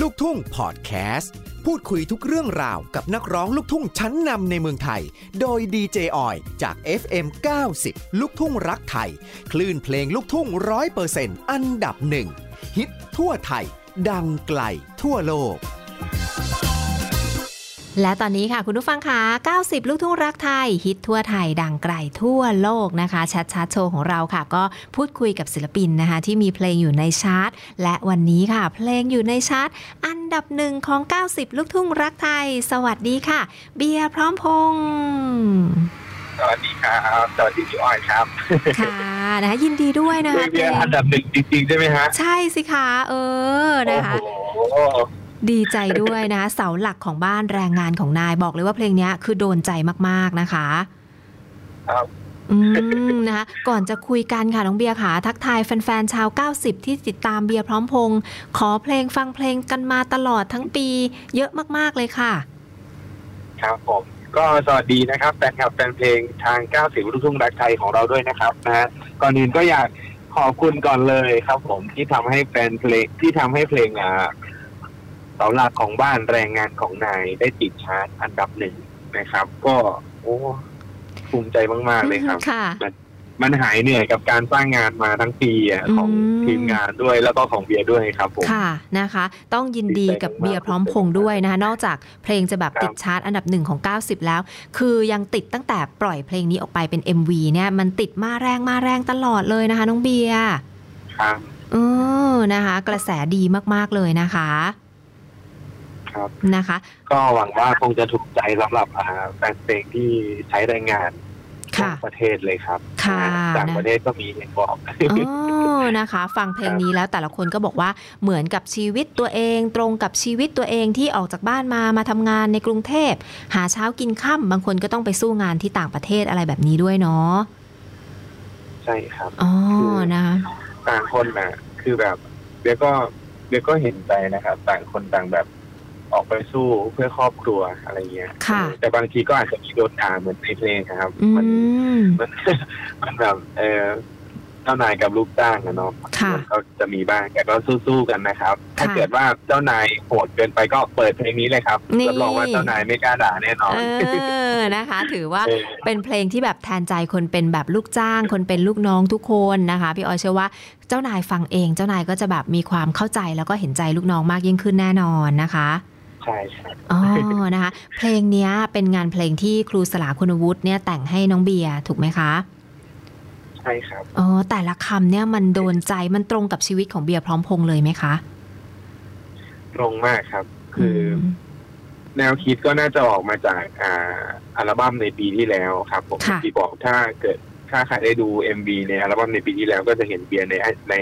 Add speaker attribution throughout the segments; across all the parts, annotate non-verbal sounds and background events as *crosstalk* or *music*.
Speaker 1: ลูกทุ่งพอดแคสต์ พูดคุยทุกเรื่องราวกับนักร้องลูกทุ่งชั้นนำในเมืองไทย โดยดีเจออยจาก FM 90 ลูกทุ่งรักไทย คลื่นเพลงลูกทุ่งร้อยเปอร์เซ็นต์อันดับหนึ่งฮิตทั่วไทย ดังไกลทั่วโลก
Speaker 2: และตอนนี้ค่ะคุณผู้ฟังคะ90 ลูกทุ่งรักไทย ฮิตทั่วไทย ดังไกลทั่วโลกนะคะชัดชัดโชว์ของเราค่ะ ก็พูดคุยกับศิลปินนะคะ ที่มีเพลงอยู่ในชาร์ตและวันนี้ค่ะ เพลงอยู่ในชาร์ตอันดับหนึ่งของ 90 ลูกทุ่งรักไทย สวัสดีค่ะ เบียร์พร้อมพงษ์
Speaker 3: สวัสดีครับสวัสดีพี่อ้อยครับ
Speaker 2: ค่ะนะคะยินดีด้วยนะ
Speaker 3: เอ
Speaker 2: คะ
Speaker 3: เบียร์อันดับหนึ่งจริงๆใช่ไหมฮะ
Speaker 2: ใช่สิคะเออนะคะ
Speaker 3: โอ้โห
Speaker 2: ดีใจด้วยนะ เสาหลักของบ้านแรงงานของนายบอกเลยว่าเพลงเนี้ยคือโดนใจมากๆนะคะ
Speaker 3: ครับ
Speaker 2: อืมนะคะก่อนจะคุยกันค่ะ น้องเบียร์ค่ะ ทักทายแฟนๆ ชาว 90 ที่ติดตามเบียร์พร้อมพงษ์ขอเพลงฟังเพลงกันมาตลอดทั้งปี เยอะมากๆเลยค่ะ
Speaker 3: ครับผมก็สวัสดีนะครับแฟนคลับแฟนเพลงทาง 90ลูกทุ่งรักไทยของเราด้วยนะครับนะฮะก่อนอื่นก็อยากขอบคุณก่อนเลยครับผมที่ทำให้แฟนเพลงที่ทำให้เพลงอ่าเสาหลักของบ้านแรงงานของนายได้ติดชาร์ตอันดับหนึ่งนะครับ ก็โอ้ภูมิใจมากๆเลยครับ
Speaker 2: ค่ะ
Speaker 3: มันหายเหนื่อยกับการสร้างงานมาทั้งปีอะของ
Speaker 2: อืม
Speaker 3: ทีมงานด้วยแล้วก็ของเบียร์ด้วยครับผม
Speaker 2: ค่ะนะคะ ต้องยินดีกับเบียร์พร้อมพงษ์ด้วยนะคะ นอกจากเพลงจะแบบติดชาร์ตอันดับหนึ่งของ 90 แล้ว คือยังติดตั้งแต่ปล่อยเพลงนี้ออกไปเป็น MV เนี่ยมันติดมาแรงมาแรงตลอดเลยนะคะ น้องเบียร์
Speaker 3: ครับ
Speaker 2: เออนะคะ กระแสดีมากๆเลยนะคะ
Speaker 3: ครับ
Speaker 2: นะคะ
Speaker 3: ก็หวังว่าคงจะถูกใจสำหรับอ่าแฟนเพลงที่ใช้แรงงานทั่ว
Speaker 2: ค่ะ
Speaker 3: ประเทศเลยครับ
Speaker 2: ค่ะ
Speaker 3: ต่าง
Speaker 2: นะ
Speaker 3: ประเทศก็มีเห็นบอก
Speaker 2: อ๋อนะคะ ฟังเพลงนี้แล้วแต่ละคนก็บอกว่าเหมือนกับชีวิตตัวเอง ตรงกับชีวิตตัวเองที่ออกจากบ้านมามาทำงานในกรุงเทพ หาเช้ากินค่ำบางคนก็ต้องไปสู้งานที่ต่างประเทศอะไรแบบนี้ด้วยเนาะ
Speaker 3: *laughs* ใช่ครับ
Speaker 2: อ๋อนะคะ
Speaker 3: ต่างคนน่ะ คือแบบเบียร์ก็เบียร์ก็เห็นใจนะครับ ต่างคนต่างแบบออกไปสู้เพื่อครอบครัวอะไรเงี้ย
Speaker 2: ค่ะ
Speaker 3: แต่บางทีก็อาจจะมีโดนด่าเหมือนในเพลงนะครับ
Speaker 2: อื
Speaker 3: มัน
Speaker 2: ม
Speaker 3: มันมันแบบเออเจ้านายกับลูกจ้างอะเนาะ
Speaker 2: ค่ะ
Speaker 3: มันก็จะมีบ้างแต่ก็สู้ๆกันนะครับ ถ้า
Speaker 2: ค่ะ
Speaker 3: เกิดว่าเจ้านายโหดเกินไปก็เปิดเพลงนี้เลยครับ
Speaker 2: นี่
Speaker 3: รับรองว่าเจ้านายไม่กล้าด่าแน่นอน
Speaker 2: เออนะคะ ถือว่า
Speaker 3: เออ
Speaker 2: เป็นเพลงที่แบบแทนใจคนเป็นแบบลูกจ้าง คนเป็นลูกน้องทุกคนนะคะ พี่ออยเชื่อว่าเจ้านายฟังเอง เจ้านายก็จะแบบมีความเข้าใจแล้วก็เห็นใจลูกน้องมากยิ่งขึ้นแน่นอนนะคะ
Speaker 3: ใช่ครับ
Speaker 2: อ๋อ นะคะ เพลงเนี้ยเป็นงานเพลงที่ครูสลาคุณวุฒิเนี่ยแต่งให้น้องเบียร์ถูกไหมคะ
Speaker 3: ใช่ครับ
Speaker 2: อ๋อ แต่ละคำเนี่ยมันโดนใจมันตรงกับชีวิตของเบียร์พร้อมพงษ์เลยไหมคะ
Speaker 3: ตรงมากครับ คืออ
Speaker 2: ม
Speaker 3: แนวคิดก็น่าจะออกมาจากอ่าอัลบั้มในปีที่แล้วครับ ผม
Speaker 2: ค่ะ
Speaker 3: ที่บอกถ้าเกิดถ้าใครได้ดู MV ในอัลบั้มในปีที่แล้วก็จะเห็นเบียร์ในใน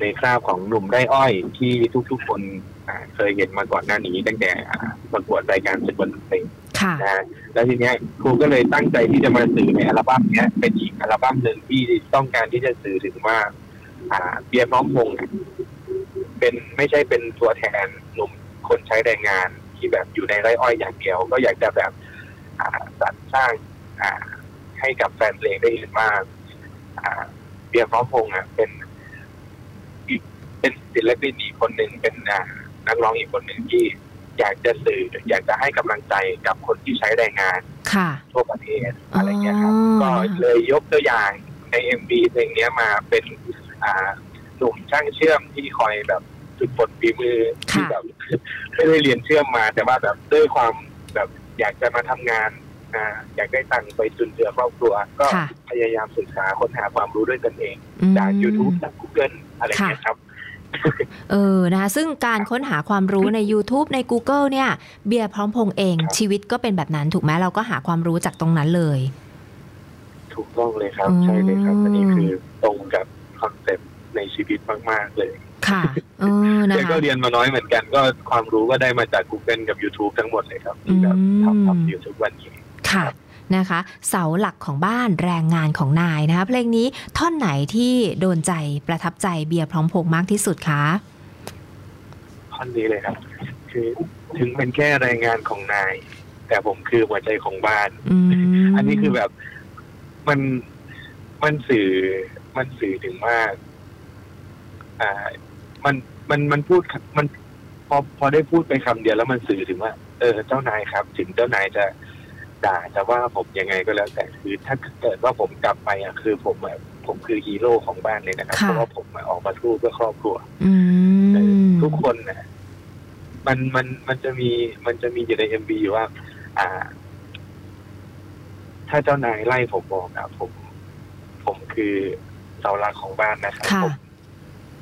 Speaker 3: ในคราบของหนุ่มได้อ้อยที่ทุกๆคนอ่าเคยเห็นมาก่อนหน้านี้ตั้งแต่อ่าประกวดรายการสุดบนเพลง
Speaker 2: ค่ะ
Speaker 3: นะฮะแล้วทีเนี้ยครูก็เลยตั้งใจที่จะมาสื่อในอัลบั้มเนี้ยเป็นอีกอัลบั้มหนึ่งที่ต้องการที่จะสื่อถึงว่า อ่าเบียร์น้องวงเนี่ยเป็นไม่ใช่เป็นตัวแทนหนุ่มคนใช้แรงงานที่แบบอยู่ในไร่อ้อยอย่างเดียว ก็อยากจะแบบอ่าสรรสร้างอ่าให้กับแฟนเพลงได้เห็นว่าอ่าเบียร์น้องวงอ่ะเป็นอีกเป็นศิลปินอีกคนหนึ่งเป็นอ่านักร้องอีกคนหนึ่งที่ อยากจะสื่อ อยากจะให้กำลังใจกับคนที่ใช้แรงงาน
Speaker 2: ค่ะ
Speaker 3: ทั่วประเทศอะไรเงี้ยครับ
Speaker 2: อ๋อ
Speaker 3: ก็เลยยกตัวอย่างใน MV เพลงเนี้ยมาเป็นอ่าหนุ่มช่างเชื่อมที่คอยแบบฝึกฝนฝีมือที่แบบ *laughs* ไม่ได้เรียนเชื่อมมา แต่ว่าแบบด้วยความแบบอยากจะมาทำงานอ่าอยากได้ตังค์ไปจุนเจือครอบครัว ก็
Speaker 2: ค่ะ
Speaker 3: พยายามศึกษาค้นหาความรู้ด้วยตนเอง
Speaker 2: อืม
Speaker 3: จาก YouTube จาก Google อะไรเงี้ยครับ
Speaker 2: เออ นะคะ ซึ่งการค้นหาความรู้ใน YouTube ใน Google เนี่ย เบียร์พร้อมพงษ์เอง
Speaker 3: ครับ
Speaker 2: ชีวิตก็เป็นแบบนั้นถูกไหมเราก็หาความรู้จากตรงนั้นเลย
Speaker 3: ถูกต้องเลยครับ
Speaker 2: อืม
Speaker 3: ใช่เลยครับ อันนี้คือตรงกับคอนเซ็ปต์ในชีวิตมาก ๆ เลย *laughs*
Speaker 2: ค่ะ เออ นะ
Speaker 3: เด็ก
Speaker 2: คะ
Speaker 3: ก็เรียนมาน้อยเหมือนกันก็ความรู้ก็ได้มาจาก Google กับ YouTube ทั้งหมดเลยครับที่แบบทำ
Speaker 2: อืม
Speaker 3: ทำอยู่ทุกวันนี้
Speaker 2: ค่ะนะคะ เสาหลักของบ้านแรงงานของนายนะคะ เพลงนี้ท่อนไหนที่โดนใจประทับใจเบียร์พร้อมพงษ์มากที่สุดคะ
Speaker 3: ท่อนนี้เลยครับ คือถึงเป็นแค่รายงานของนาย แต่ผมคือหัวใจของบ้าน
Speaker 2: อืม
Speaker 3: อันนี้คือแบบมันมันสื่อมันสื่อถึงว่า อ่า มันมันมันพูดมัน พอพอได้พูดไปคำเดียวแล้วมันสื่อถึงว่า เออเจ้านายครับ ถึงเจ้านายจะด่าจะว่าผมยังไงก็แล้วแต่คือถ้าเกิดว่าผมกลับไปอ่ะคือผมอะผมคือฮีโร่ของบ้านเลยนะครับ
Speaker 2: ค่ะ
Speaker 3: เพราะว่าผมอะออกมาสู้เพื่อครอบครัว
Speaker 2: อืม
Speaker 3: ทุกคนนะมันมันมันจะมีมันจะมีอยู่ในเอ็มบีว่า อ่า ถ้าเจ้านายไล่ผมบอกนะผม ผมคือเสาหลักของบ้านนะครับ
Speaker 2: ค่ะ
Speaker 3: ผม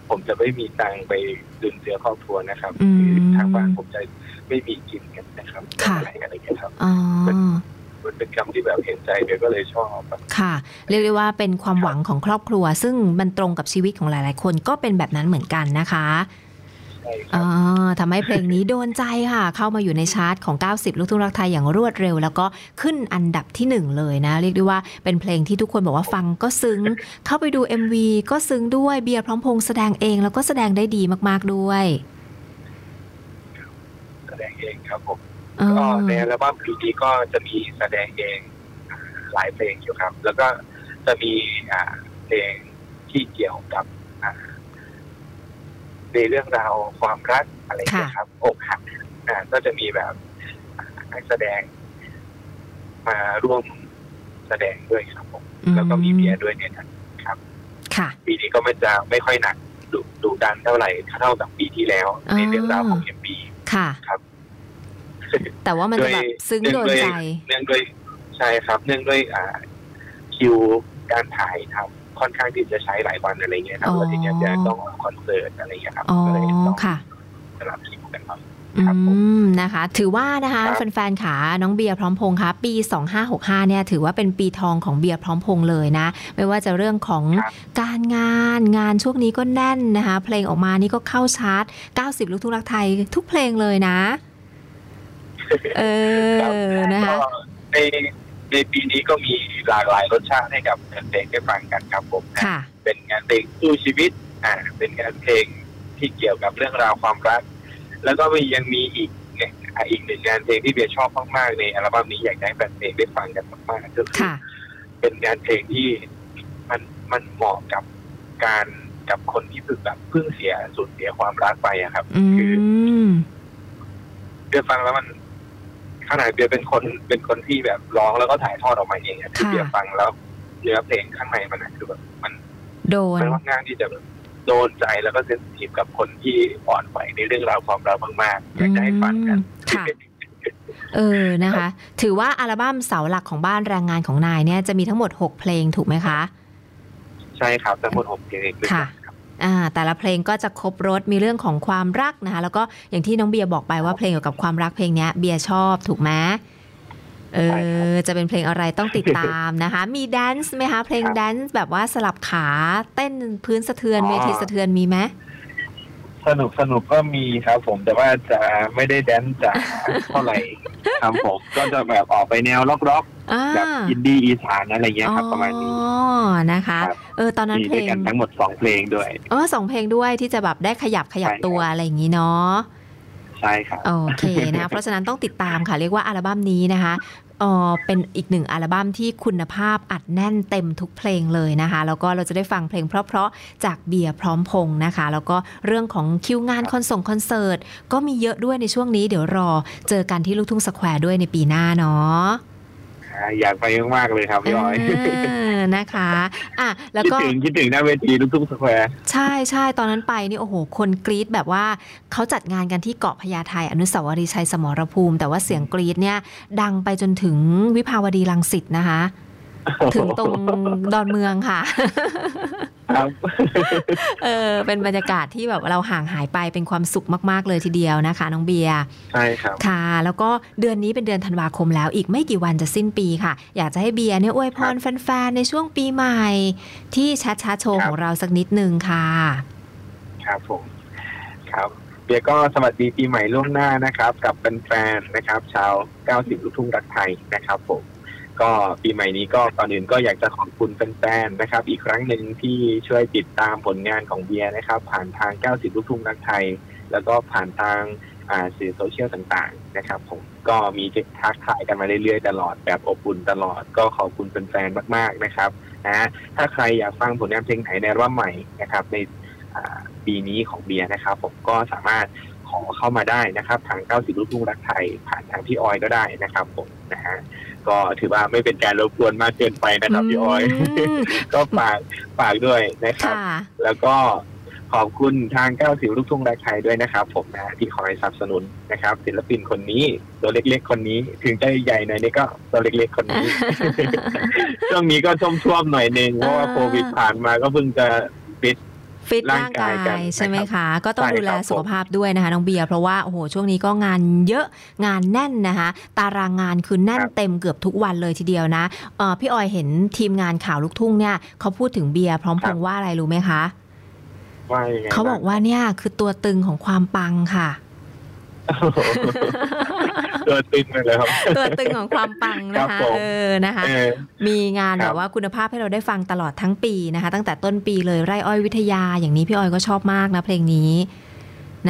Speaker 3: ผมจะไม่มีตังค์ไปดึงเสือครอบครัวนะครับ
Speaker 2: อืม
Speaker 3: คือทางบ้านผมจะไม่มีกินกันนะครับ
Speaker 2: ค่ะ
Speaker 3: อะไรอะไรอย่างเงี้ยครับ
Speaker 2: อ๋อ
Speaker 3: มันเป็นคำที่แบบเห็นใจเดี๋ยวก็เลยชอบแบบ
Speaker 2: ค่ะ เรียกได้ว่าเป็นความหวังของครอบครัว ซึ่งมันตรงกับชีวิตของหลาย ๆ คนก็เป็นแบบนั้นเหมือนกันนะคะ
Speaker 3: ใช่ครั
Speaker 2: อ่
Speaker 3: บ
Speaker 2: าทำให้เพลงนี้โดนใจค่ะ เข้ามาอยู่ในชาร์ตของ 90 ลูกทุ่งรักไทยอย่างรวดเร็ว แล้วก็ขึ้นอันดับทีหนึ่1 เลยนะ เรียกได้ว่าเป็นเพลงที่ทุกคนบอกว่าฟังก็ซึ้ง เข้าไปดู MV ก็ซึ้งด้วยเบียร์พร้อมพงษ์แสดงเอง แล้วก็แสดงได้ดีมาก ๆ ด้วย
Speaker 3: แสดงเองครับผม
Speaker 2: อ่า
Speaker 3: ก็ในอัลบั้มปีนี้ก็จะมีแสดงเองหลายเพลงอยู่ครับ แล้วก็จะมีอ่าเพลงที่เกี่ยวกับอ่าในเรื่องราวความรักอะไรอย่างเงี้ยครับอกหักอ่าก็จะมีแบบนักแสดงมาร่วมแสดงด้วยครับผมแล้วก็มีเบียร์ด้วยเนี่ยนะ
Speaker 2: ค่ะ
Speaker 3: ปีนี้ก็มันจะไม่ค่อยหนักดุดุดันเท่าไหร่เท่ากับปีที่แล้ว ในเรื่องราวของเอ็มบี
Speaker 2: ค่ะ
Speaker 3: ครับ
Speaker 2: แต่ว่ามันจะแบบซึ้งโดนใจ
Speaker 3: เนื่องด้วยใช่ครับ เนื่องด้วยอ่าคิวการถ่ายทำค่อนข้างที่จะใช้หลายวันอะไรเงี้ยครับ
Speaker 2: อ๋อ
Speaker 3: แล้วทีเนี้ยจะต้องออกคอนเสิร์ตอะไรเงี้ยครับ
Speaker 2: อ๋อ
Speaker 3: ก็เลยต้อง
Speaker 2: ค่ะ
Speaker 3: สลับคิวกันครับ
Speaker 2: อื
Speaker 3: ครับผม
Speaker 2: มนะคะ ถือว่านะคะ
Speaker 3: ครับ
Speaker 2: แฟนๆขาน้องเบียร์พร้อมพงษ์คะปี 2565เนี่ยถือว่าเป็นปีทองของเบียร์พร้อมพงษ์เลยนะ ไม่ว่าจะเรื่องของการงานงานช่วงนี้ก็แน่นนะคะ เพลงออกมานี่ก็เข้าชาร์ต 90 ลูกทุ่งรักไทยทุกเพลงเลย
Speaker 3: *laughs*
Speaker 2: นะ เออนะคะ
Speaker 3: ก็ในในปีนี้ก็มีหลากหลายรสชาติให้กับเพลงได้ฟังกันครับผมนะ
Speaker 2: ค่ะ
Speaker 3: เป็นงานเพลงสู้ชีวิต อ่า เป็นงานเพลงที่เกี่ยวกับเรื่องราวความรัก แล้วก็มียังมีอีกเนี่ยอ่ะอีกหนึ่งงานเพลงที่เบียร์ชอบมากๆในอัลบั้มนี้อยากให้แฟนเพลงได้ฟังกันมากๆก็คือ
Speaker 2: ค่ะ
Speaker 3: เป็นงานเพลงที่มันมันเหมาะกับการกับคนที่เพิ่งแบบเพิ่งเสียสูญเสียความรักไปอะครับ
Speaker 2: อื
Speaker 3: คือ
Speaker 2: ม
Speaker 3: เบียร์ฟังแล้วมันขนาดเบียร์เป็นคนเป็นคนที่แบบร้องแล้วก็ถ่ายทอดออกมาเองอะคือ
Speaker 2: ค่ะ
Speaker 3: เบียร์ฟังแล้วเนื้อเพลงข้างในมันอะคือแบบมัน
Speaker 2: โดน
Speaker 3: มันค่อนข้างที่จะแบบโดนใจแล้วก็เซนซิทีฟกับคนที่อ่อนไหวในเรื่องราวความรักมากๆอยากจะให้ฟังกัน
Speaker 2: อืมค่ะ เออนะคะ ถือว่าอัลบั้มเสาหลักของบ้านแรงงานของนายเนี่ยจะมีทั้งหมด 6 เพลงถูกไหมคะ
Speaker 3: ใช่ครับทั้งหมดหกเพลงด้วย
Speaker 2: ค่ะ
Speaker 3: กันครับ
Speaker 2: อ่าแต่ละเพลงก็จะครบรถมีเรื่องของความรักนะคะ แล้วก็อย่างที่น้องเบียร์บอกไปว่าเพลงเกี่ยวกับความรักเพลงเนี้ยเบียร์ชอบถูกไหมเอ
Speaker 3: ใช่ครั
Speaker 2: อบ จะเป็นเพลงอะไรต้องติดตามนะคะ มีแดนซ์ไหมคะเพลง
Speaker 3: ครับ
Speaker 2: แดนซ์แบบว่าสลับขาเต้นพื้นสะเทือนเวทีสะเทือนมีไหม
Speaker 3: สนุกสนุกก็มีครับผมแต่ว่าจะไม่ได้แดนซ์จ๋า เท่า
Speaker 2: *laughs*
Speaker 3: ไหร่ครับผมก็จะแบบออกไปแนวล็อกๆ
Speaker 2: อ่า
Speaker 3: แบบอินดี้อีสานอะไรเงี้ยครับ ประมาณนี้
Speaker 2: อ๋อนะคะ
Speaker 3: ครับ
Speaker 2: เออตอนนั้น
Speaker 3: มี
Speaker 2: เพล
Speaker 3: ด้วย
Speaker 2: ง
Speaker 3: กันทั้งหมดสองเพลงด้วย
Speaker 2: เออสองเพลงด้วยที่จะแบบได้ขยับขยับ
Speaker 3: ใช่ครับ
Speaker 2: ตัวอะไรอย่างนี้เนาะ
Speaker 3: ใช่ครับ
Speaker 2: โอเคนะ เพราะฉะนั้นต้องติดตามค่ะ เรียกว่าอัลบั้มนี้นะคะเอ่อเป็นอีกหนึ่งอัลบั้มที่คุณภาพอัดแน่นเต็มทุกเพลงเลยนะคะ แล้วก็เราจะได้ฟังเพลงเพราะๆจากเบียร์พร้อมพงษ์นะคะ แล้วก็เรื่องของคิวงานคอนส่งคอนเสิร์ต ก็มีเยอะด้วยในช่วงนี้เดี๋ยวรอเจอกันที่ลูกทุ่งสแควร์ด้วยในปีหน้าเนาะ
Speaker 3: อยากไปมากๆเลยครับพี่อ้อย
Speaker 2: เออนะคะอ่ะแล้ว
Speaker 3: คิด
Speaker 2: ก็
Speaker 3: ถึงคิดถึงหน้าเวทีลูกทุ่งสแควร์
Speaker 2: ใช่ใช่ตอนนั้นไปนี่โอ้โห คนกรี๊ดแบบว่าเขาจัดงานกันที่เกาะพญาไทอนุสาวรีย์ชัยสมรภูมิ แต่ว่าเสียงกรี๊ดเนี่ย ดังไปจนถึงวิภาวดีรังสิตนะคะ
Speaker 3: *laughs*
Speaker 2: ถึงตรงดอนเมืองค่ะ *laughs*
Speaker 3: ครับ *laughs*
Speaker 2: เออเป็นบรรยากาศที่แบบเราห่างหายไปเป็นความสุขมาก ๆ เลยทีเดียวนะคะ น้องเบียร์
Speaker 3: ใช่ครับ
Speaker 2: ค่ะ แล้วก็เดือนนี้เป็นเดือนธันวาคมแล้วอีกไม่กี่วันจะสิ้นปีค่ะ อยากจะให้เบียร์เนี่ยอวยพรแฟนๆในช่วงปีใหม่ ที่ชัดชาโชว์ของเราสักนิดนึงค่ะ
Speaker 3: ครับผม ครับเบียร์ก็สวัสดีปีใหม่ล่วงหน้านะครับ กับแฟนๆนะครับ ชาว 90 ลูกทุ่งรักไทยนะครับผม ก็ปีใหม่นี้ก็ก่อนอื่นก็อยากจะขอบคุณแฟนๆนะครับ อีกครั้งหนึ่งที่ช่วยติดตามผลงานของเบียร์นะครับ ผ่านทาง 90 ลูกทุ่งรักไทย แล้วก็ผ่านทางอ่าสื่อโซเชียลต่างๆนะครับ ผมก็มีทักทายกันมาเรื่อยๆตลอดแบบอบอุ่นตลอดก็ขอบคุณแฟนๆมากๆนะครับนะถ้าใครอยากฟังผลงานเพลงไหนในอัลบั้มใหม่นะครับใน อ่าปีนี้ของเบียร์นะครับ ผมก็สามารถ ขอเข้ามาได้นะครับ ทาง 90 ลูกทุ่งรักไทย ผ่านทางพี่ออยก็ได้นะครับผมนะฮะก็ถือว่าไม่เป็นการรบกวนมากเกินไปนะครับพี่ออย
Speaker 2: ม
Speaker 3: *laughs* ก็ฝากฝากด้วยนะครับ
Speaker 2: ค่ะ
Speaker 3: แล้วก็ขอบคุณทาง 90 ลูกทุ่งรักไทยด้วยนะครับ ผมนะที่คอยสนับสนุนนะครับ ศิลปินคนนี้ตัวเล็กๆ คนนี้ ถึงจะใหญ่หน่อยนี่ก็ตัวเล็กๆ คนนี้ *laughs* ช่วงนี้ก็ท่วมๆหน่อยนึงเพราะว่า
Speaker 2: อ่า
Speaker 3: โควิดผ่านมาก็เพิ่งจะปิด
Speaker 2: ฟิตร่างกา
Speaker 3: ร่างกายกัน
Speaker 2: ยใช่ไหม
Speaker 3: นะครับ
Speaker 2: คะ ก็ต้อง
Speaker 3: ใช่
Speaker 2: ดูแล
Speaker 3: ครับผม
Speaker 2: สุขภาพด้วยนะคะน้องเบียร์เพราะว่าโอ้โหช่วงนี้ก็งานเยอะงานแน่นนะคะ ตารางงานคือแน่น
Speaker 3: ครับ
Speaker 2: เต็มเกือบทุกวันเลยทีเดียวนะเอ่อพี่ออยเห็นทีมงานข่าวลูกทุ่งเนี่ยเขาพูดถึงเบียร์พร้อมพ
Speaker 3: ครั
Speaker 2: ง
Speaker 3: บ
Speaker 2: ษ์ว่าอะไรรู้ไหมคะ
Speaker 3: ว่ายังไง
Speaker 2: เขาบอกว่าเนี่ยคือตัวตึงของความปังค่ะ
Speaker 3: โอ้โห *laughs* ตัวตึงเลยครับ
Speaker 2: ตัวตึงของความปังนะ
Speaker 3: ครั
Speaker 2: คะ
Speaker 3: บผม
Speaker 2: เออ *laughs* นะคะ
Speaker 3: เออ
Speaker 2: มีงาน
Speaker 3: ค
Speaker 2: แบ
Speaker 3: รับบ
Speaker 2: ว่าคุณภาพให้เราได้ฟังตลอดทั้งปีนะคะ ตั้งแต่ต้นปีเลยไร่อ้อยวิทยาอย่างนี้พี่ออยก็ชอบมากนะเพลงนี้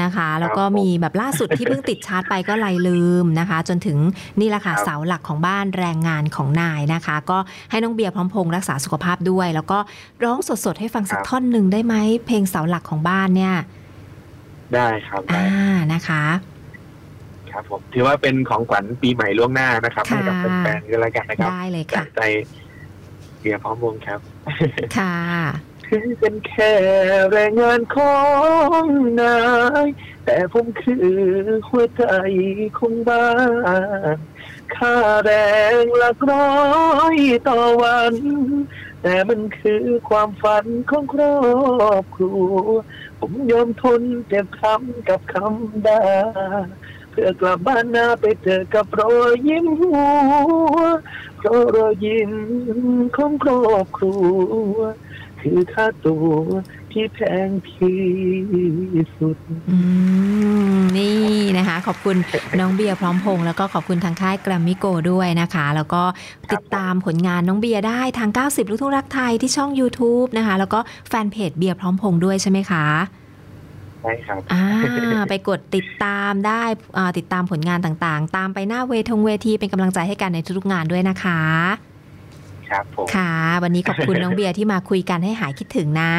Speaker 2: นะคะ แล้วก็
Speaker 3: ครับผม
Speaker 2: มีแบบล่าสุดที่เพิ่งติดชาร์จไปก็ไรลืมนะคะ จนถึงนี่แหละค่ะ
Speaker 3: ครับ
Speaker 2: เสาหลักของบ้านแรงงานของนายนะคะ ก็ให้น้องเบียร์พร้อมพงษ์รักษาสุขภาพด้วย แล้วก็ร้องสดๆให้ฟังสักท่อนหนึ่งได้ไหมเพลงเสาหลักของบ้านเนี่ย
Speaker 3: ได้ครับได้
Speaker 2: อ่านะคะ
Speaker 3: ครับผมถือว่าเป็นของขวัญปีใหม่ล่วงหน้านะครับ
Speaker 2: ค่ะ
Speaker 3: ให้กับแฟนๆก็แล้วกันนะครับ
Speaker 2: ได้เลย
Speaker 3: จา
Speaker 2: ค่ะ
Speaker 3: กใจเบียร์พร้อมวงครับ
Speaker 2: ค่ะ
Speaker 3: ถึงเป็นแค่แรงงานของนาย แต่ผมคือหัวใจของบ้านค่าแรงหลักร้อยต่อวัน แต่มันคือความฝันของครอบครัว ผมยอมทนเจ็บช้ำกับคำด่าเพื่อกลับบ้านนาไปเจอกับรอยยิ้มหัวเพราะรอยยิ้มของครอบครัว คือค่าตัวที่แพงที่สุด
Speaker 2: อืมนี่นะคะ ขอบคุณน้องเบียร์พร้อมพงษ์แล้วก็ขอบคุณทางค่ายแกรมมิโกด้วยนะคะ แล้วก็ติดตามผลงานน้องเบียร์ได้ทาง 90 ลูกทุ่งรักไทยที่ช่อง YouTube นะคะ แล้วก็แฟนเพจเบียร์พร้อมพงษ์ด้วยใช่ไหมคะ
Speaker 3: ใช่ครับ
Speaker 2: อ่า ไปกดติดตามได้อ่าติดตามผลงานต่างๆ ตามไปหน้าเวทงเวทีเป็นกำลังใจให้กันในทุกๆงานด้วยนะคะ
Speaker 3: ครับผม
Speaker 2: ค่ะ วันนี้ขอบคุณน้องเบียร์ที่มาคุยกันให้หายคิดถึงนะ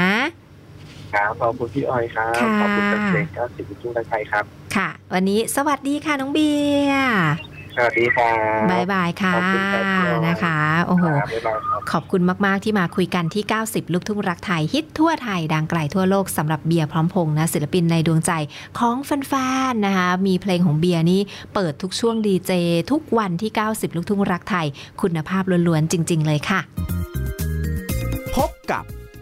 Speaker 3: ครับขอบคุณพี่ออยครับ
Speaker 2: ค่ะ
Speaker 3: ขอบคุณเป็นเพลงเก้าสิบจุ้งตะไคร้ครับ
Speaker 2: ค่ะ วันนี้สวัสดีค่ะน้องเบียร์
Speaker 3: สวัสดีครับ
Speaker 2: ายบายค่ะ
Speaker 3: ขอบคุณครับพี่ออย
Speaker 2: นะคะ โอ้โห
Speaker 3: ครับบ๊ายบายครับ
Speaker 2: ขอบคุณมาก ๆ ที่มาคุยกันที่ 90 ลูกทุ่งรักไทย ฮิตทั่วไทย ดังไกลทั่วโลกสำหรับเบียร์พร้อมพงษ์นะ ศิลปินในดวงใจของแฟน ๆ นะคะ มีเพลงของเบียร์นี่เปิดทุกช่วงดีเจ ทุกวันที่ 90 ลูกทุ่งรักไทย คุณภาพล้วน ๆ จริง ๆ เลยค่ะ
Speaker 1: พบกับ